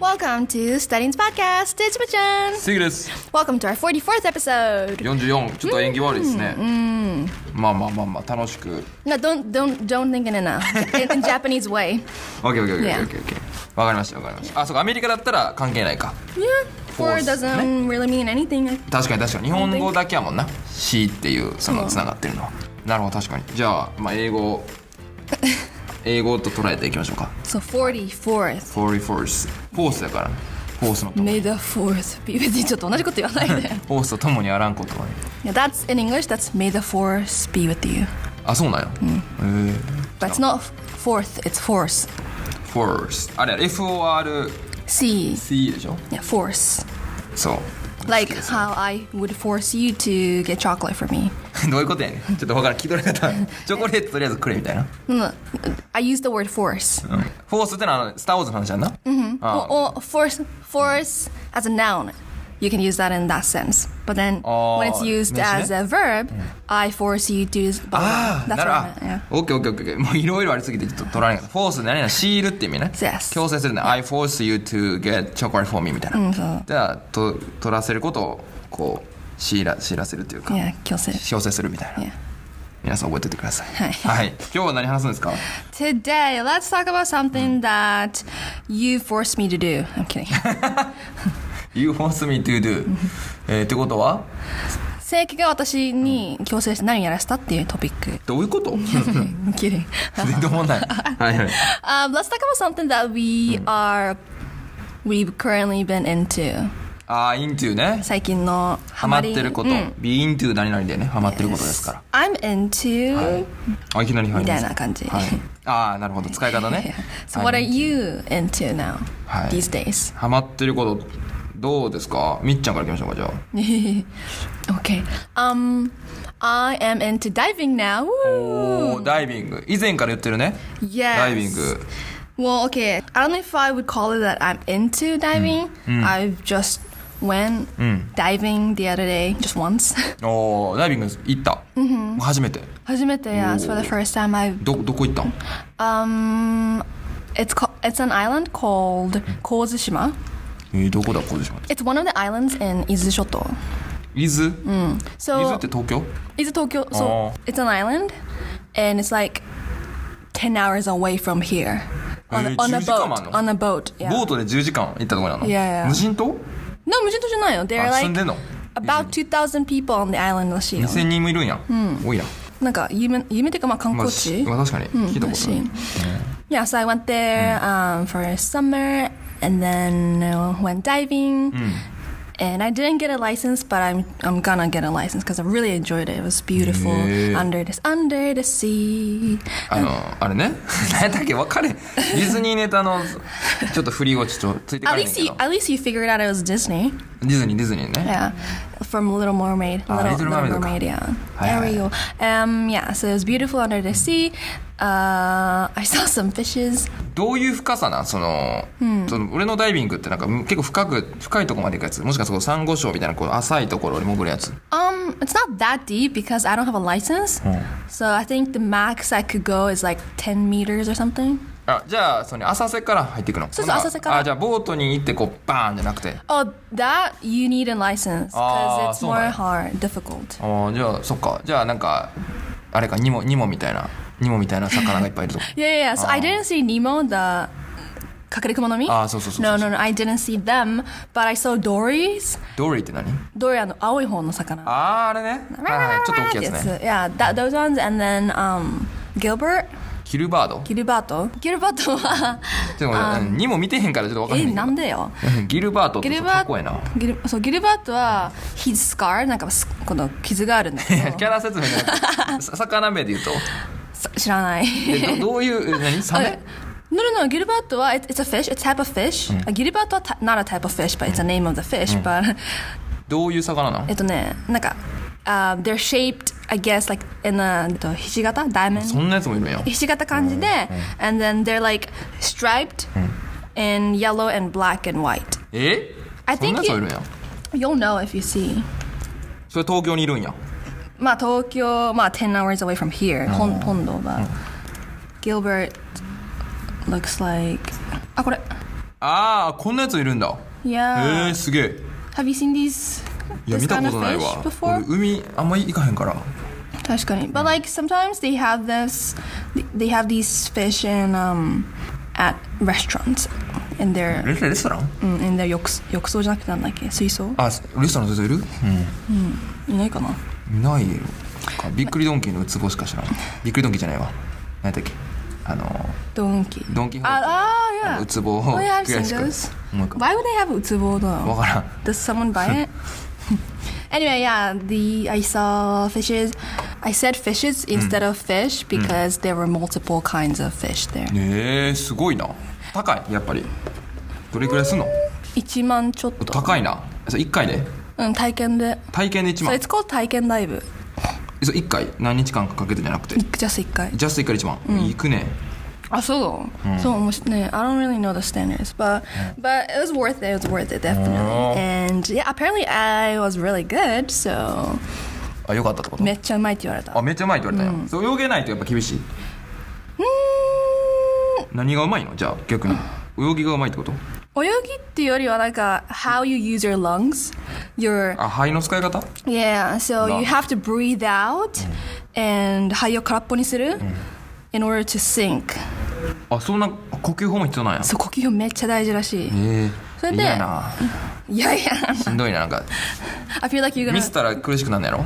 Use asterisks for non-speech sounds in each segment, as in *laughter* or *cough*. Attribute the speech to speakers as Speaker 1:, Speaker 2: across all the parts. Speaker 1: Welcome to Studying's podcast. It's Machan.
Speaker 2: 次です。
Speaker 1: Welcome to our 44th episode.
Speaker 2: 44、ちょっと縁起悪いですね。まあまあまあまあ、楽しく。
Speaker 1: No, don't don't don't think in a in, in Japanese way.
Speaker 2: オッケーオッケーオッケ
Speaker 1: Yeah.
Speaker 2: ーオッケーオッケー。わかりましたわかりました。あ、そうか、アメリカだったら関係ないか。
Speaker 1: Yeah, four
Speaker 2: Force,
Speaker 1: doesn't really mean anything. I-
Speaker 2: 確かに確かに。日本語だけやもんな。C っていう、その、つながってるのは。なるほど、確かに。じゃあ、まあ、英語、英語と捉えていきましょうか。
Speaker 1: So 44th.
Speaker 2: 44th。フォースだからね。フォースのと。
Speaker 1: May the 4th be with you. ちょっと同じこと言わないで。
Speaker 2: フォースと共にあらんことはね。
Speaker 1: yeah, that's in English. That's May the 4th be with you.
Speaker 2: あ、そうなんや。へえ
Speaker 1: But it's not fourth. It's force.
Speaker 2: フォース。あれや、FORC
Speaker 1: C.
Speaker 2: でしょ
Speaker 1: Yeah, force.
Speaker 2: そう。
Speaker 1: Like how I would force you to get chocolate for me.
Speaker 2: どういうことやねんちょっと分からん聞き取れ方チョコレートとりあえずくれみたいな、
Speaker 1: No, no, I use the word force.
Speaker 2: フォースってのはあのスター・ウォーズの話やんな、あ
Speaker 1: Or, or force, force as a noun. You can use that in that sense. But then when it's
Speaker 2: Oh,
Speaker 1: used
Speaker 2: mention
Speaker 1: as a verb,
Speaker 2: Hmm.
Speaker 1: I force you to use. Blah, blah,
Speaker 2: あ
Speaker 1: blah.
Speaker 2: あ
Speaker 1: That's what
Speaker 2: なる
Speaker 1: I
Speaker 2: あ
Speaker 1: meant, yeah.
Speaker 2: オッケーオッケーオッケーオッケーもういろいろありすぎてちょっと取らないけどフォースって何やシールって意味ね
Speaker 1: Yes.
Speaker 2: 強制するね I force you to get chocolate for me みたいな、じゃあと取らせることをこう強いら強いらせるっていうか、
Speaker 1: Yeah, Kyose.
Speaker 2: 強制するみたいな、
Speaker 1: Yeah.
Speaker 2: 皆さん覚えておいてください
Speaker 1: はい
Speaker 2: 今日は何話すんですか
Speaker 1: Today, let's talk about something
Speaker 2: Hmm.
Speaker 1: that you forced me to do. I'm
Speaker 2: *laughs*
Speaker 1: kidding. *laughs*
Speaker 2: You force me to do えーってことは
Speaker 1: 正規が私に強制して何をやらせたっていうトピック。
Speaker 2: どういうこと Hmm.
Speaker 1: I'm kidding.
Speaker 2: *laughs* 全然思わないはい *laughs* はい
Speaker 1: Um, let's talk about something that we
Speaker 2: Hmm.
Speaker 1: are, we've currently been into.
Speaker 2: ああ into ね
Speaker 1: 最近のハ
Speaker 2: ハマ
Speaker 1: マ
Speaker 2: っ
Speaker 1: り
Speaker 2: てること、
Speaker 1: うん
Speaker 2: be into 何々でねハマってることですから
Speaker 1: I'm into、
Speaker 2: あいきなり入りま
Speaker 1: み
Speaker 2: した
Speaker 1: たいな感じ
Speaker 2: はい、ああなるほど使い
Speaker 1: *laughs*
Speaker 2: 方ね
Speaker 1: So what are
Speaker 2: はい
Speaker 1: you into now
Speaker 2: はい
Speaker 1: these days? *laughs*
Speaker 2: ハマってることどうですかみっちゃんからいきましょうかじゃあ
Speaker 1: okay. Um, I am into diving now.
Speaker 2: お
Speaker 1: Woo!
Speaker 2: ーダイビング以前から言ってるね
Speaker 1: Yes.
Speaker 2: ダイビング
Speaker 1: Well, okay. I don't know if I would call it that I'm into diving. I've just went diving the other day, just once. *laughs*
Speaker 2: おーダイビング行った、初めて
Speaker 1: 初めて yeah, it's for the first time I've
Speaker 2: どどこ行ったん
Speaker 1: um it's called it's an island called Kozushima.
Speaker 2: えーどこだここでしょ
Speaker 1: It's one of the islands in Izu-shoto.
Speaker 2: 伊豆、
Speaker 1: So
Speaker 2: 伊豆って東京
Speaker 1: It's Tokyo. So
Speaker 2: Oh.
Speaker 1: it's an island, and it's like ten hours away from here on,
Speaker 2: Eh,
Speaker 1: on a
Speaker 2: 10時間もあん
Speaker 1: boat. On a
Speaker 2: の？
Speaker 1: boat. Yeah.
Speaker 2: ボートで10時間行ったところなの
Speaker 1: いやいや
Speaker 2: 無人島
Speaker 1: No, 無人島じゃないよ。They're
Speaker 2: あ住んでん
Speaker 1: like
Speaker 2: の
Speaker 1: about two thousand people on the island らしいよ。
Speaker 2: 2000人もいるんや、多いな、まあ、し
Speaker 1: なんか夢夢てかまあ観光地。
Speaker 2: まあ確かに聞いたことない、
Speaker 1: Hmm, Yeah, so I went there
Speaker 2: Hmm.
Speaker 1: um, for summer and then uh, went diving.
Speaker 2: Hmm.
Speaker 1: And I didn't get a license, but I'm I'm gonna get a license because I really enjoyed it. It was beautiful
Speaker 2: Yeah.
Speaker 1: under this under the sea.
Speaker 2: あの、あれね。何やったっけ分かれ。ディズニーネタの、ちょっと振りをちょっとついてか
Speaker 1: At
Speaker 2: れへん
Speaker 1: least
Speaker 2: けど
Speaker 1: you at least you figured out it was Disney.
Speaker 2: ディズニー、ディズニーね。
Speaker 1: Yeah, from Little Mermaid.
Speaker 2: Ah,
Speaker 1: Little,
Speaker 2: Little Mermaid, okay.
Speaker 1: yeah.
Speaker 2: Hi,
Speaker 1: there
Speaker 2: hi,
Speaker 1: we go. Um, yeah, so it was beautiful under the sea. Uh, I *laughs* saw some fishes.
Speaker 2: どういう深さなんその、その俺のダイビングってなんか結構深く、深いとこまで行くやつ。もしかしたらサンゴ礁みたいなこう浅いところに潜るやつ。
Speaker 1: Um, it's not that deep because I don't have a license. So I think the max I could go is like 10 meters or something.
Speaker 2: あ、じゃあ、その浅瀬から入っていくの
Speaker 1: そうそう
Speaker 2: ほんな
Speaker 1: 浅瀬から
Speaker 2: あ、じゃあボートに行ってこう、バーンじゃなくて。
Speaker 1: Oh, that you need a license because
Speaker 2: Ah,
Speaker 1: it's
Speaker 2: so
Speaker 1: more
Speaker 2: nice.
Speaker 1: hard, difficult.
Speaker 2: あーじゃあ、そっか。じゃあなんか、あれか、ニモ、ニモみたいな、ニモみたいな魚がいっぱいいるとこ。
Speaker 1: Yeah, yeah, yeah. So I didn't see Nemo, the Kakariko no Mi.
Speaker 2: Ah, so, so, so,
Speaker 1: No,
Speaker 2: so,
Speaker 1: no, no. I didn't see them, but I saw Dories.
Speaker 2: ドリーって何
Speaker 1: Dory あの青い方の魚。
Speaker 2: あー、あれね。はいはい、ちょっと大きいやつね。
Speaker 1: Yeah, that, those ones. And then um, Gilbert,
Speaker 2: キルバード
Speaker 1: Gilberto. Gilberto *laughs*
Speaker 2: *laughs*
Speaker 1: は、
Speaker 2: でも、にも見てへんからちょっとわかんない
Speaker 1: え、
Speaker 2: けど。
Speaker 1: なんでよ。
Speaker 2: *laughs* ギルバートってかっこええな。
Speaker 1: ギルそうギルバートは、his scar なんかすこの傷があるんだけ
Speaker 2: いやキ
Speaker 1: ど
Speaker 2: ャラ説明じゃなくて、さ *laughs* 魚名で言うと。
Speaker 1: *laughs* さ知らない。
Speaker 2: え *laughs* どどういう、え何サメ
Speaker 1: No, no, no. Gilberto は、it's it's a fish, it's a type of fish. あギルバートは ta- not a type of fish, but it's a name of the fish. But *laughs*
Speaker 2: どういう魚なの
Speaker 1: えっとね、なんか、uh, they're shaped, I guess, like in a えっとひし形 diamond.
Speaker 2: そんなやつもいるんや。
Speaker 1: ひし形感じで、and then they're like striped in yellow and black and white.
Speaker 2: え
Speaker 1: I
Speaker 2: そん
Speaker 1: think
Speaker 2: なやつもいるん
Speaker 1: you,
Speaker 2: や。
Speaker 1: you'll know if you see.
Speaker 2: それ東京にいるんや。
Speaker 1: まあ東京、まあ10 hours away from here.
Speaker 2: Mm.
Speaker 1: 本本土は。Gilbert Ah, looks like あこれ。
Speaker 2: ああこんなやついるんだ
Speaker 1: Yeah.
Speaker 2: えー、すげえ
Speaker 1: Have you seen these?
Speaker 2: いや
Speaker 1: this
Speaker 2: 見た
Speaker 1: kind
Speaker 2: こ
Speaker 1: of
Speaker 2: とないわ
Speaker 1: fish before?
Speaker 2: 俺海あんまり行かへんから
Speaker 1: Tashkani. But like sometimes they have this, they have these fish in um, at restaurants, in their
Speaker 2: レレストラン
Speaker 1: mm, in their 浴浴槽じゃなくてなんだっけ水槽
Speaker 2: あレストランの先生いる、
Speaker 1: いないかな。
Speaker 2: うん、いないよかびっくりドンキーのウツボしか知らんびっくりドンキーじゃないわ何やったっけあの
Speaker 1: ドンキ。
Speaker 2: ドンキホーテ
Speaker 1: Ah,
Speaker 2: あ
Speaker 1: oh
Speaker 2: の
Speaker 1: yeah.
Speaker 2: ウツボ
Speaker 1: Oh yeah,
Speaker 2: 悔
Speaker 1: I've seen
Speaker 2: しく
Speaker 1: those.
Speaker 2: 思い浮かぶ
Speaker 1: Why would they have utsubo
Speaker 2: わ
Speaker 1: though?
Speaker 2: からん
Speaker 1: Does someone buy it? anyway, yeah, the I saw fishes. I said fishes instead of fish because there were multiple kinds of fish there.
Speaker 2: えー、すごいな高いやっぱりどれくらいすんの
Speaker 1: 1万ちょっと。
Speaker 2: 高いなそれ1回で
Speaker 1: うん、体験で。
Speaker 2: 体験で1
Speaker 1: Hmm, So
Speaker 2: 万
Speaker 1: it's called 体験ダイブ。
Speaker 2: それ1回何日間かかけてじゃなくて
Speaker 1: ジャス1回。
Speaker 2: ジャスト1回で1万、行くね
Speaker 1: あ、そう。そう、面白いね。I don't really know the standards, but, but it was worth it. It was worth it, definitely. And yeah, apparently I was really good, so
Speaker 2: あよかったってこと
Speaker 1: めっちゃうまいって言われた。
Speaker 2: あ
Speaker 1: う
Speaker 2: めっちゃうまいって言われたよ、そう泳げないとやっぱ厳しい
Speaker 1: ー
Speaker 2: 何がうまいのじゃあ逆に泳ぎがうまいってこと
Speaker 1: ん。泳ぎっていうよりはなんか、how you use your lungs, your,
Speaker 2: あ肺の使い方
Speaker 1: yeah, so
Speaker 2: な
Speaker 1: you have to breathe out and 肺を空っぽにする in order to sink.
Speaker 2: あそんな呼吸法も必要なんや
Speaker 1: そう、呼吸めっちゃ大事らしい。
Speaker 2: ええ
Speaker 1: それで
Speaker 2: 嫌やない
Speaker 1: やいや、
Speaker 2: しんどいななんか
Speaker 1: *laughs* I feel like you're
Speaker 2: ミ
Speaker 1: gonna
Speaker 2: スったら苦しくなんのやろ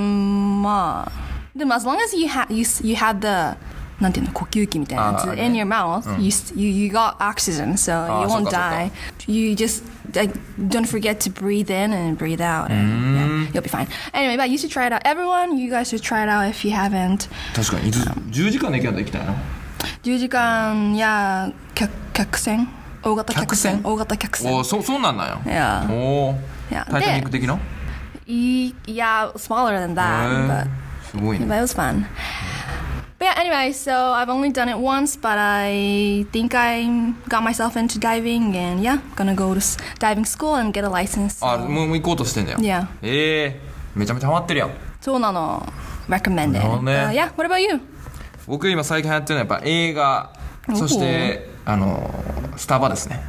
Speaker 1: まあでも as long as you had you, s- you had the なんていうの呼吸器みたいなやつ
Speaker 2: あー
Speaker 1: in your mouth、you s- you you got oxygen so
Speaker 2: あー
Speaker 1: you
Speaker 2: そっ
Speaker 1: won't
Speaker 2: かそっか
Speaker 1: die you just like don't forget to breathe in and breathe out and,
Speaker 2: Mm.
Speaker 1: yeah, you'll be fine anyway but you should try it out everyone you guys should try it out if you haven't
Speaker 2: 確かにいつ10時間で行けんと行きたいな
Speaker 1: 10時間や客客船大型客船
Speaker 2: 客船
Speaker 1: 大型客船
Speaker 2: おーそそうなんなんや
Speaker 1: いや
Speaker 2: おお
Speaker 1: いや
Speaker 2: タイタニック的ない
Speaker 1: いや smaller than that、
Speaker 2: へー
Speaker 1: but
Speaker 2: すごい
Speaker 1: Yeah,
Speaker 2: ね
Speaker 1: but it was fun. But yeah, anyway, so I've only done it once, but I think I got myself into diving, and yeah, gonna go to s- diving school and get a license.
Speaker 2: あ
Speaker 1: So,
Speaker 2: もうもう行こうとしてんだよ
Speaker 1: Yeah.
Speaker 2: ええめちゃめちゃハマってるやん
Speaker 1: so no, no, recommended.
Speaker 2: なるほどね。
Speaker 1: Uh, yeah, what about you?
Speaker 2: 僕今最近流行ってるのはやっぱ映画そしてあのスタバですね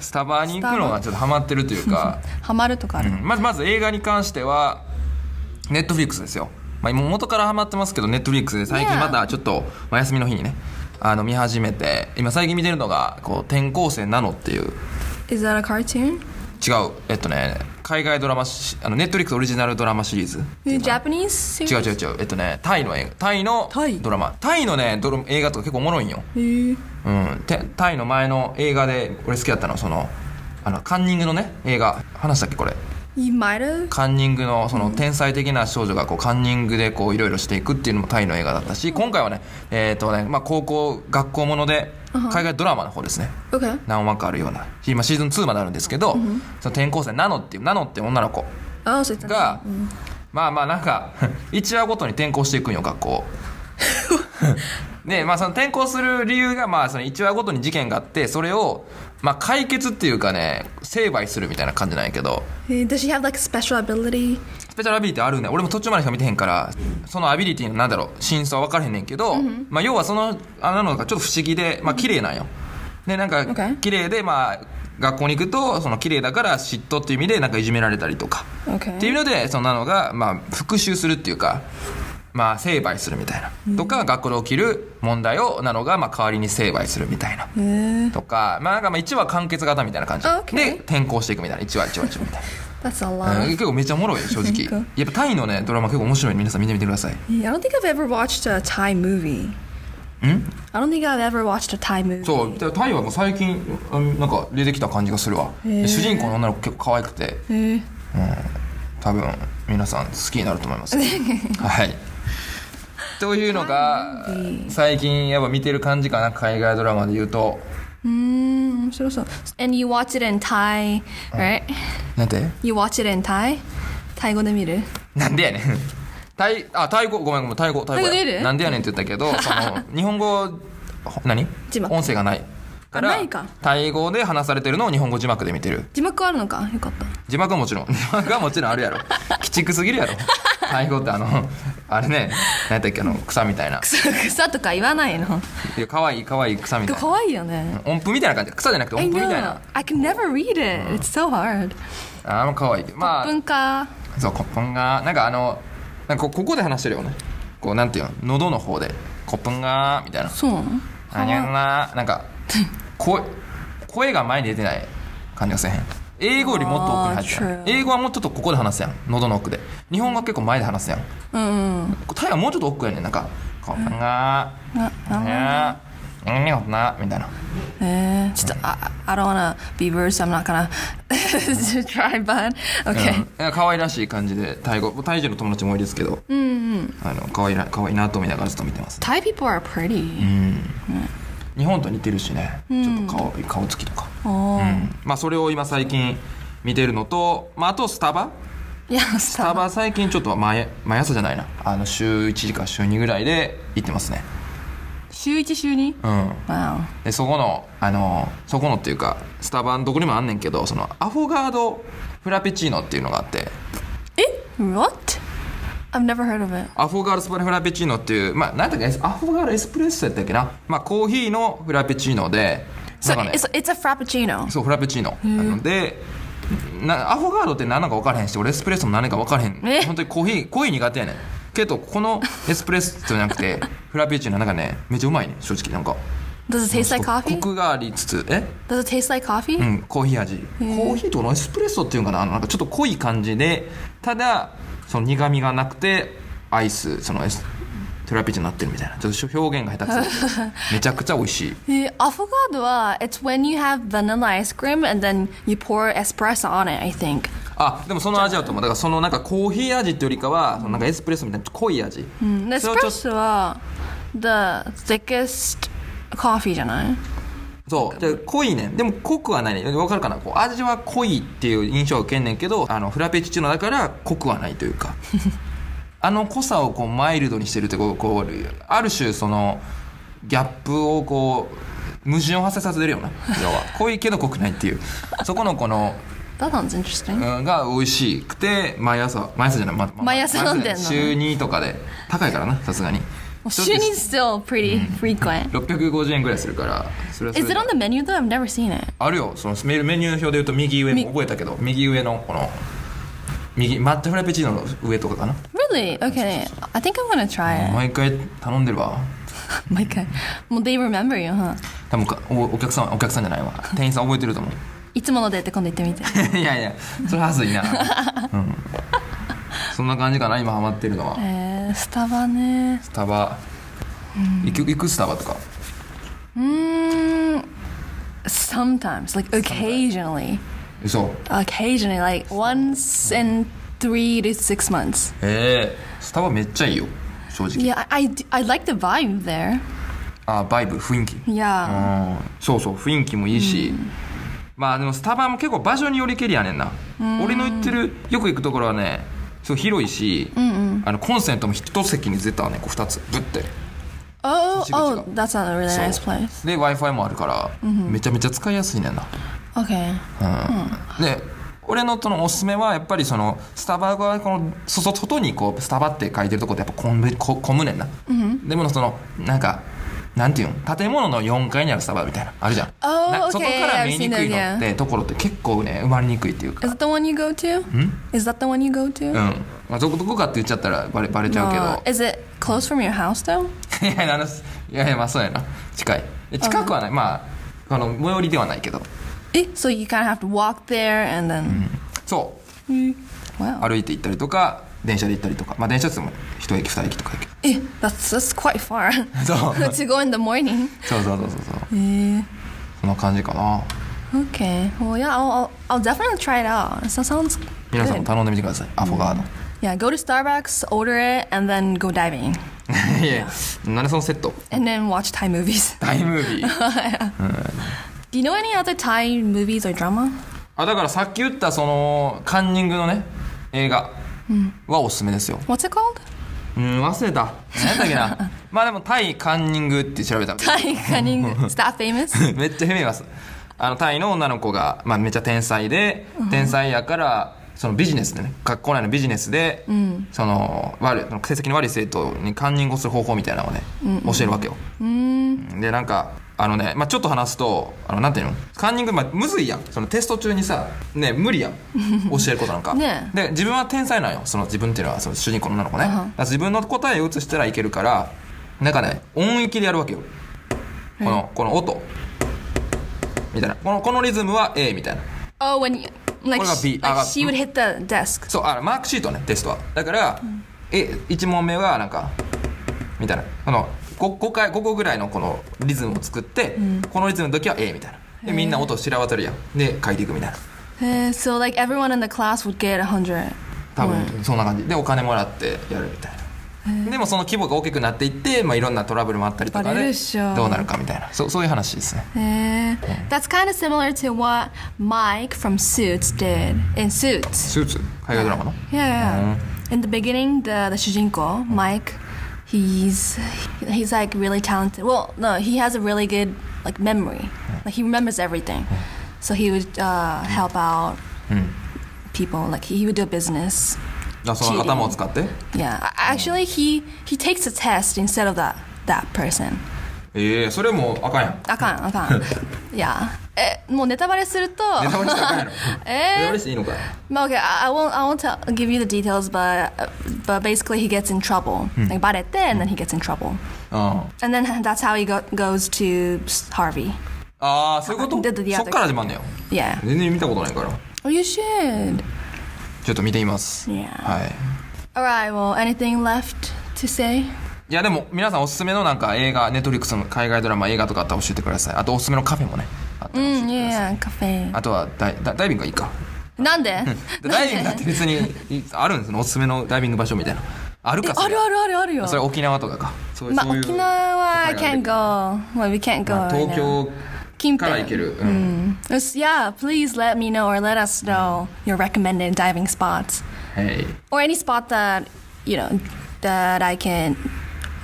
Speaker 2: スタバに行くのがちょっとハマってるというか
Speaker 1: ハマるとかある。
Speaker 2: まずまず映画に関してはネットフリックスですよ、まあ、今元からハマってますけどネットフリックスで最近
Speaker 1: Yeah.
Speaker 2: またちょっと、まあ、休みの日にねあの見始めて今最近見てるのがこう転校生なのっていう
Speaker 1: Is that a cartoon?
Speaker 2: 違うえっとね海外ドラマしあのネットフリックスオリジナルドラマシリーズ
Speaker 1: The Japanese series?
Speaker 2: 違う違う違うえっとねタイの映画タイの
Speaker 1: タイ
Speaker 2: ドラマタイのねドラマ映画とか結構おもろいんよ
Speaker 1: えー、
Speaker 2: うん、てタイの前の映画で俺好きだったのそのあのカンニングのね映画話したっけこれ
Speaker 1: You might have?
Speaker 2: カンニングのその天才的な少女がこうカンニングでこういろいろしていくっていうのもタイの映画だったし今回はね,、えーとねまあ、高校学校もので海外ドラマの方ですね
Speaker 1: Okay.
Speaker 2: 何話かあるような今シーズン2まであるんですけど、その転校生ナノっていうナノっていう女の子
Speaker 1: Oh, so it's
Speaker 2: が、まあまあなんか *laughs* 1話ごとに転校していくんよ学 *laughs* 校でまあその転校する理由がまあその1話ごとに事件があってそれをまあ解決っていうかね成敗するみたいな感じなんやけど
Speaker 1: Eh, Does she have like a special ability?
Speaker 2: スペシャルアビリティあるんだよ俺も途中までしか見てへんからそのアビリティのなんだろう真相は分からへんねんけど、まあ、要はそのあなのがちょっと不思議でまあ綺麗なんよでなんか
Speaker 1: Okay.
Speaker 2: 綺麗でまあ学校に行くとその綺麗だから嫉妬っていう意味でなんかいじめられたりとか
Speaker 1: Okay.
Speaker 2: っていうのでそんなのが、まあ、復讐するっていうか、まあ、成敗するみたいな、とか学校で起きる問題をなのが、まあ、代わりに成敗するみたいな、とか,、まあ、なんかまあ1話完結型みたいな感じ、
Speaker 1: Okay.
Speaker 2: で転校していくみたいな1話1話1話みたい
Speaker 1: That's a *laughs*
Speaker 2: な、うん
Speaker 1: lot.
Speaker 2: 結構めっちゃおもろいよ正直
Speaker 1: Thank
Speaker 2: やっぱタイのねドラマ結構面白いんで皆さん見てみてください
Speaker 1: Yeah, I don't think I've ever watched a Thai movie. I don't think I've ever watched a Thai movie.
Speaker 2: そうでタイはもう最近うんなんか出てきた感じがするわ、で主人公の女の子結構可愛くて
Speaker 1: えー
Speaker 2: 多分皆さん好きになると思いますはいというのが最近やっぱ見てる感じかな海外ドラマで言うと
Speaker 1: 面白そう。And you watch it in Thai, right?
Speaker 2: なんて
Speaker 1: You watch it in Thai? タイ語で見る
Speaker 2: なんでやねんタイあタイ語ごめんごめんタイ語タイ語
Speaker 1: タイ語出
Speaker 2: や
Speaker 1: る
Speaker 2: なんでやねんって言っ
Speaker 1: *laughs*
Speaker 2: たけどその日本語ほ何
Speaker 1: 字幕
Speaker 2: 音声がないから
Speaker 1: ないか
Speaker 2: タイ語で話されてるのを日本語字幕で見てる
Speaker 1: 字幕あるのかよかった。 *laughs*
Speaker 2: 字幕はもちろん字幕はもちろんあるやろ鬼畜すぎるやろタイ語ってあのああれね何やったっけあの草みたいな
Speaker 1: 草草とか言わないの
Speaker 2: いや可愛い可愛い草みたいな
Speaker 1: 可愛いよね
Speaker 2: 音符みたいな感じ草じゃなくて音
Speaker 1: I
Speaker 2: 符みたい
Speaker 1: know
Speaker 2: な
Speaker 1: I can never read it It's so hard
Speaker 2: ああ可愛いまあ
Speaker 1: 文化
Speaker 2: そうコップンがなんかあのなんかこうここで話してるよねこうなんていうの喉の方でコップンがみたいな
Speaker 1: そう
Speaker 2: あにゃんななんか声声が前に出てない感じがせえへん英語よりもっと奥に入って
Speaker 1: あー true
Speaker 2: た英語はもうちょっとここで話すやん喉の奥で日本語は結構前で話すやん
Speaker 1: うんうん
Speaker 2: タイはもうちょっと奥やねんなんかコップンが
Speaker 1: な
Speaker 2: あにゃんあにゃんなみたいな
Speaker 1: Eh, just, I, I don't want to be rude, so I'm not going to *laughs* try, but okay.
Speaker 2: うんなんか可愛らしい感じでタイ語タイ人の友達も多いですけど、あの可愛いな可愛いなと思いながらずっと見てます
Speaker 1: Thai people are pretty.
Speaker 2: 日本と似てるしね、ちょっと顔顔つきとか、
Speaker 1: Oh.
Speaker 2: うんまあ、それを今最近見てるのと、まあ、あとスタバ
Speaker 1: Yeah,
Speaker 2: スタ
Speaker 1: stop.
Speaker 2: バ最近ちょっと毎毎朝じゃないなあの週1時か週2ぐらいで行ってますね
Speaker 1: 週一、週二。
Speaker 2: うん
Speaker 1: Wow.
Speaker 2: でそこのあのそこのっていうかスタバのどこにもあんねんけどそのアフォガードフラペチーノっていうのがあって
Speaker 1: Eh? What? I've never heard of it.
Speaker 2: アフォガードスパレフラペチーノっていうまあ何だっけエスアフォガードエスプレッソやったっけなまあコーヒーのフラペチーノで
Speaker 1: So
Speaker 2: なんかね
Speaker 1: it's, it's a frappuccino.
Speaker 2: そうフラペチーノなのでなアフォガードって何なのか分からへんし俺エスプレッソも何なのか分からへ
Speaker 1: え
Speaker 2: ん本当にコーヒーコーヒー苦手やねんけどこのエスプレッソじゃなく *laughs* てフラペチーノなんかねめっちゃうまいね正直なんか
Speaker 1: Does it taste like
Speaker 2: コ
Speaker 1: coffee?
Speaker 2: クがありつつえ
Speaker 1: Does it taste like coffee?
Speaker 2: うんコーヒー味コーヒーとこのエスプレッソっていうんかなあのなんかちょっと濃い感じでただその苦みがなくてアイスそのエスフラペチーノになってるみたいなちょっと表現が下手く *laughs* そだけどめちゃくちゃ美味しい
Speaker 1: The affogato, uh, it's when you have vanilla ice cream and then you pour espresso on it, I think.
Speaker 2: あでもその味だと思うだからそのなんかコーヒー味っていうよりかはそのなんかエスプレッソみたいな濃い味、
Speaker 1: Mm,
Speaker 2: それをちょっと
Speaker 1: Espresso, uh, the thickest coffee, じゃない
Speaker 2: そうじゃあ濃いねんでも濃くはないねわかるかなこう味は濃いっていう印象を受けんねんけどあのフラペチーノだから濃くはないというかあの濃さをこうマイルドにしてるってこうこうある種そのギャップをこう矛盾を発生させてるような要は濃いけど濃くないっていうそこのこの
Speaker 1: That sounds interesting.
Speaker 2: うんが美味しくて毎朝毎朝じゃない、まま
Speaker 1: 毎朝飲んでんの
Speaker 2: 週2とかで高いからなさすがに
Speaker 1: Well, Shuni's still pretty frequent.
Speaker 2: 650円ぐらいするからそれはそれ
Speaker 1: Is
Speaker 2: で
Speaker 1: it on the menu though? I've never seen it.
Speaker 2: あるよそのメメニュー表で言うと右上
Speaker 1: み
Speaker 2: 覚えたけど右上のこの右マッチフラペチーノの上とかかな
Speaker 1: Really? Okay. I think I'm gonna *laughs* try it.
Speaker 2: 毎回頼んでるわ
Speaker 1: My God. Well, they remember you, huh?
Speaker 2: 多分かおお客さんお客さんじゃないわ店員さん覚えてると思
Speaker 1: いつものでって今度言ってみて。
Speaker 2: う *laughs* いやいやそれはずいな、うんそんな感じかな今ハマってるのは
Speaker 1: Eh, えー、スタバね。
Speaker 2: スタバ行く行くスタバとか
Speaker 1: Mm, sometimes, like occasionally.
Speaker 2: 嘘
Speaker 1: Occasionally, like once in three to six months.
Speaker 2: ええスタバめっちゃいいよ正直
Speaker 1: Yeah, I, I, d- I like the vibe there.
Speaker 2: あバイブ雰囲気
Speaker 1: Yeah.
Speaker 2: そうそう雰囲気もいいし、まあでもスタバも結構場所によりけりやねんな俺の行ってるよく行くところはねすごい広いし、あのコンセントも一席に絶対あるねこう2つぶって
Speaker 1: Oh, oh,
Speaker 2: 口々が。
Speaker 1: that's not a really nice
Speaker 2: そう。
Speaker 1: place.
Speaker 2: で w i f i もあるから、めちゃめちゃ使いやすいねんな、
Speaker 1: Okay.
Speaker 2: うんで俺のそのおすすめはやっぱりそのスタバがこのそそ外にこうスタバって書いてるとこってやっぱ混むこ混むねんな、でもそのなんかなんていうん建物の4階にあるスタバみたいなあるじゃん、
Speaker 1: Oh,
Speaker 2: な
Speaker 1: okay,
Speaker 2: 外から見えにくい
Speaker 1: I've seen them,
Speaker 2: のってところって結構ね埋まりにくいっていうか
Speaker 1: Is it the one you go to? Is that the one you go to?
Speaker 2: うん、まあ、どこどこかって言っちゃったらバレバレちゃうけ
Speaker 1: Uh,
Speaker 2: ど
Speaker 1: is it close from your house though?
Speaker 2: *laughs* いやいやあのいやいやまあそうやな近いえ近くはないまああの最寄りではないけど
Speaker 1: Eh, So you kind of have to walk there and then. Hmm.
Speaker 2: そう
Speaker 1: Wow.
Speaker 2: 歩いて行ったりとか電車で行ったりとかまあ電車って言っても一駅二駅とかやけど
Speaker 1: Eh, that's that's quite far
Speaker 2: そう
Speaker 1: *laughs* to go in the morning.
Speaker 2: そうそうそうそうそう
Speaker 1: Eh,
Speaker 2: そんな感じかな
Speaker 1: okay. Well, yeah, I'll, I'll, I'll definitely try it out. So sounds
Speaker 2: 皆さんも
Speaker 1: good.
Speaker 2: 頼んでみてくださいアフォガー
Speaker 1: Yeah, go to Starbucks, order it, and then go diving,
Speaker 2: ド *laughs* いや何でそのセット
Speaker 1: and then watch Thai movies. *laughs*
Speaker 2: 大ムービー
Speaker 1: Do you know any other Thai movies or drama?
Speaker 2: *laughs* あだからさっき言ったそのカンニングのね映画はおすすめですよ
Speaker 1: What's it called? *laughs*
Speaker 2: うん忘れた何だっけ *laughs* なまあでもタイカンニングって調べた
Speaker 1: Thai Cunning.
Speaker 2: *laughs*
Speaker 1: Is that famous?
Speaker 2: めっちゃ夢ますあのタイの女の子が、まあ、めっちゃ天才で天才やからそのビジネスでね学校内のビジネスで、
Speaker 1: ん
Speaker 2: その悪いその成績の悪い生徒にカンニングをする方法みたいなのをね、教えるわけよ、でなんかあのね、まあ、ちょっと話すとあのなんていうのカンニング、まあ、むずいやんそのテスト中にさ、ね、
Speaker 1: *laughs*
Speaker 2: 無理やん教えることなんか、
Speaker 1: ね
Speaker 2: で自分は天才なんよその自分っていうのはその主人公の女の子ね、
Speaker 1: うん
Speaker 2: だから自分の答えを移したらいけるからなんかね音域でやるわけよこのこの音みたいなこのこのリズムは A みたいな
Speaker 1: Oh, when you, like,
Speaker 2: What about
Speaker 1: she,
Speaker 2: B?
Speaker 1: like
Speaker 2: Uh,
Speaker 1: she would hit the desk.
Speaker 2: そうあマークシートねテストはだから、え1問目はなんかみたいなあの 5, 回5個ぐらいのこのリズムを作って、このリズムの時は A みたいなでみんな音知ら渡るやんで書いていくみたいな
Speaker 1: Uh, so like everyone in the class would get a hundred.
Speaker 2: 多分そんな感じでお金もらってやるみたいなでもその規模が大きくなっていって、まあ、いろんなトラブルもあったりとか
Speaker 1: バレる
Speaker 2: で
Speaker 1: っしょ
Speaker 2: どうなるかみたいなそうそういう話ですね
Speaker 1: Uh, that's kind of similar to what Mike from Suits did in Suits.
Speaker 2: スーツ海外ドラマの
Speaker 1: Yeah.
Speaker 2: Mm-hmm.
Speaker 1: In the beginning, the the Shijinko, Mike, he's he's like really talented. Well, no, he has a really good like memory. Like he remembers everything.
Speaker 2: Mm-hmm.
Speaker 1: So he would uh, help out people. Like he would do business.
Speaker 2: あその頭を使って
Speaker 1: Yeah. A-
Speaker 2: Mm-hmm.
Speaker 1: Actually, he he takes a test instead of that that person.
Speaker 2: ええそれもあかんやん
Speaker 1: あかんあ
Speaker 2: *laughs*
Speaker 1: かん。yeah. え、もうネタバレすると。
Speaker 2: ネタバレしてあかんやろネタ
Speaker 1: *laughs* え
Speaker 2: バレしていいのか
Speaker 1: Well, Okay, I, I won't. I won't tell, give you the details, but but basically he gets in trouble. Like about it, then then he gets in trouble,
Speaker 2: うん
Speaker 1: and then that's how he go, goes to Harvey.
Speaker 2: ああそういうこと
Speaker 1: ででで
Speaker 2: そっから始まんねよ
Speaker 1: Yeah.
Speaker 2: 全然見たことないから
Speaker 1: Oh, you should.
Speaker 2: ちょっと見てみます、
Speaker 1: Yeah.
Speaker 2: はい
Speaker 1: All right. Well, anything left to say?
Speaker 2: いやでも皆さんおすすめのなんか映画ネットフリックスの海外ドラマ映画とかあったら教えてくださいあとおすすめのカフェもねあったら教えて
Speaker 1: Mm,
Speaker 2: ください
Speaker 1: yeah. Cafe.
Speaker 2: *laughs* あとはダイダダイビングがいい *laughs* か
Speaker 1: Nande.
Speaker 2: ダイ
Speaker 1: *laughs*
Speaker 2: ビングだって別にいあるんですねおすすめのダイビング場所みたいなあるかそれそれ
Speaker 1: あるあるあるあるよ。
Speaker 2: 沖縄とかかそういう
Speaker 1: まあ、
Speaker 2: そういう
Speaker 1: Okinawa, I
Speaker 2: 都会が
Speaker 1: can't go. Well, we can't go.
Speaker 2: まあ
Speaker 1: right
Speaker 2: 東
Speaker 1: now.
Speaker 2: 京から行ける、うん
Speaker 1: It's- Yeah, please let me know or let us know your recommended diving spots.
Speaker 2: はい、
Speaker 1: or any spot that you know that I can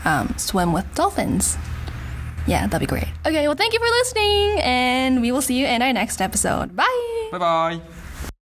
Speaker 1: um, swim with dolphins. Yeah, that'd be great. Okay, well, thank you for listening, and we will see you in our next episode. Bye.
Speaker 2: バイバイ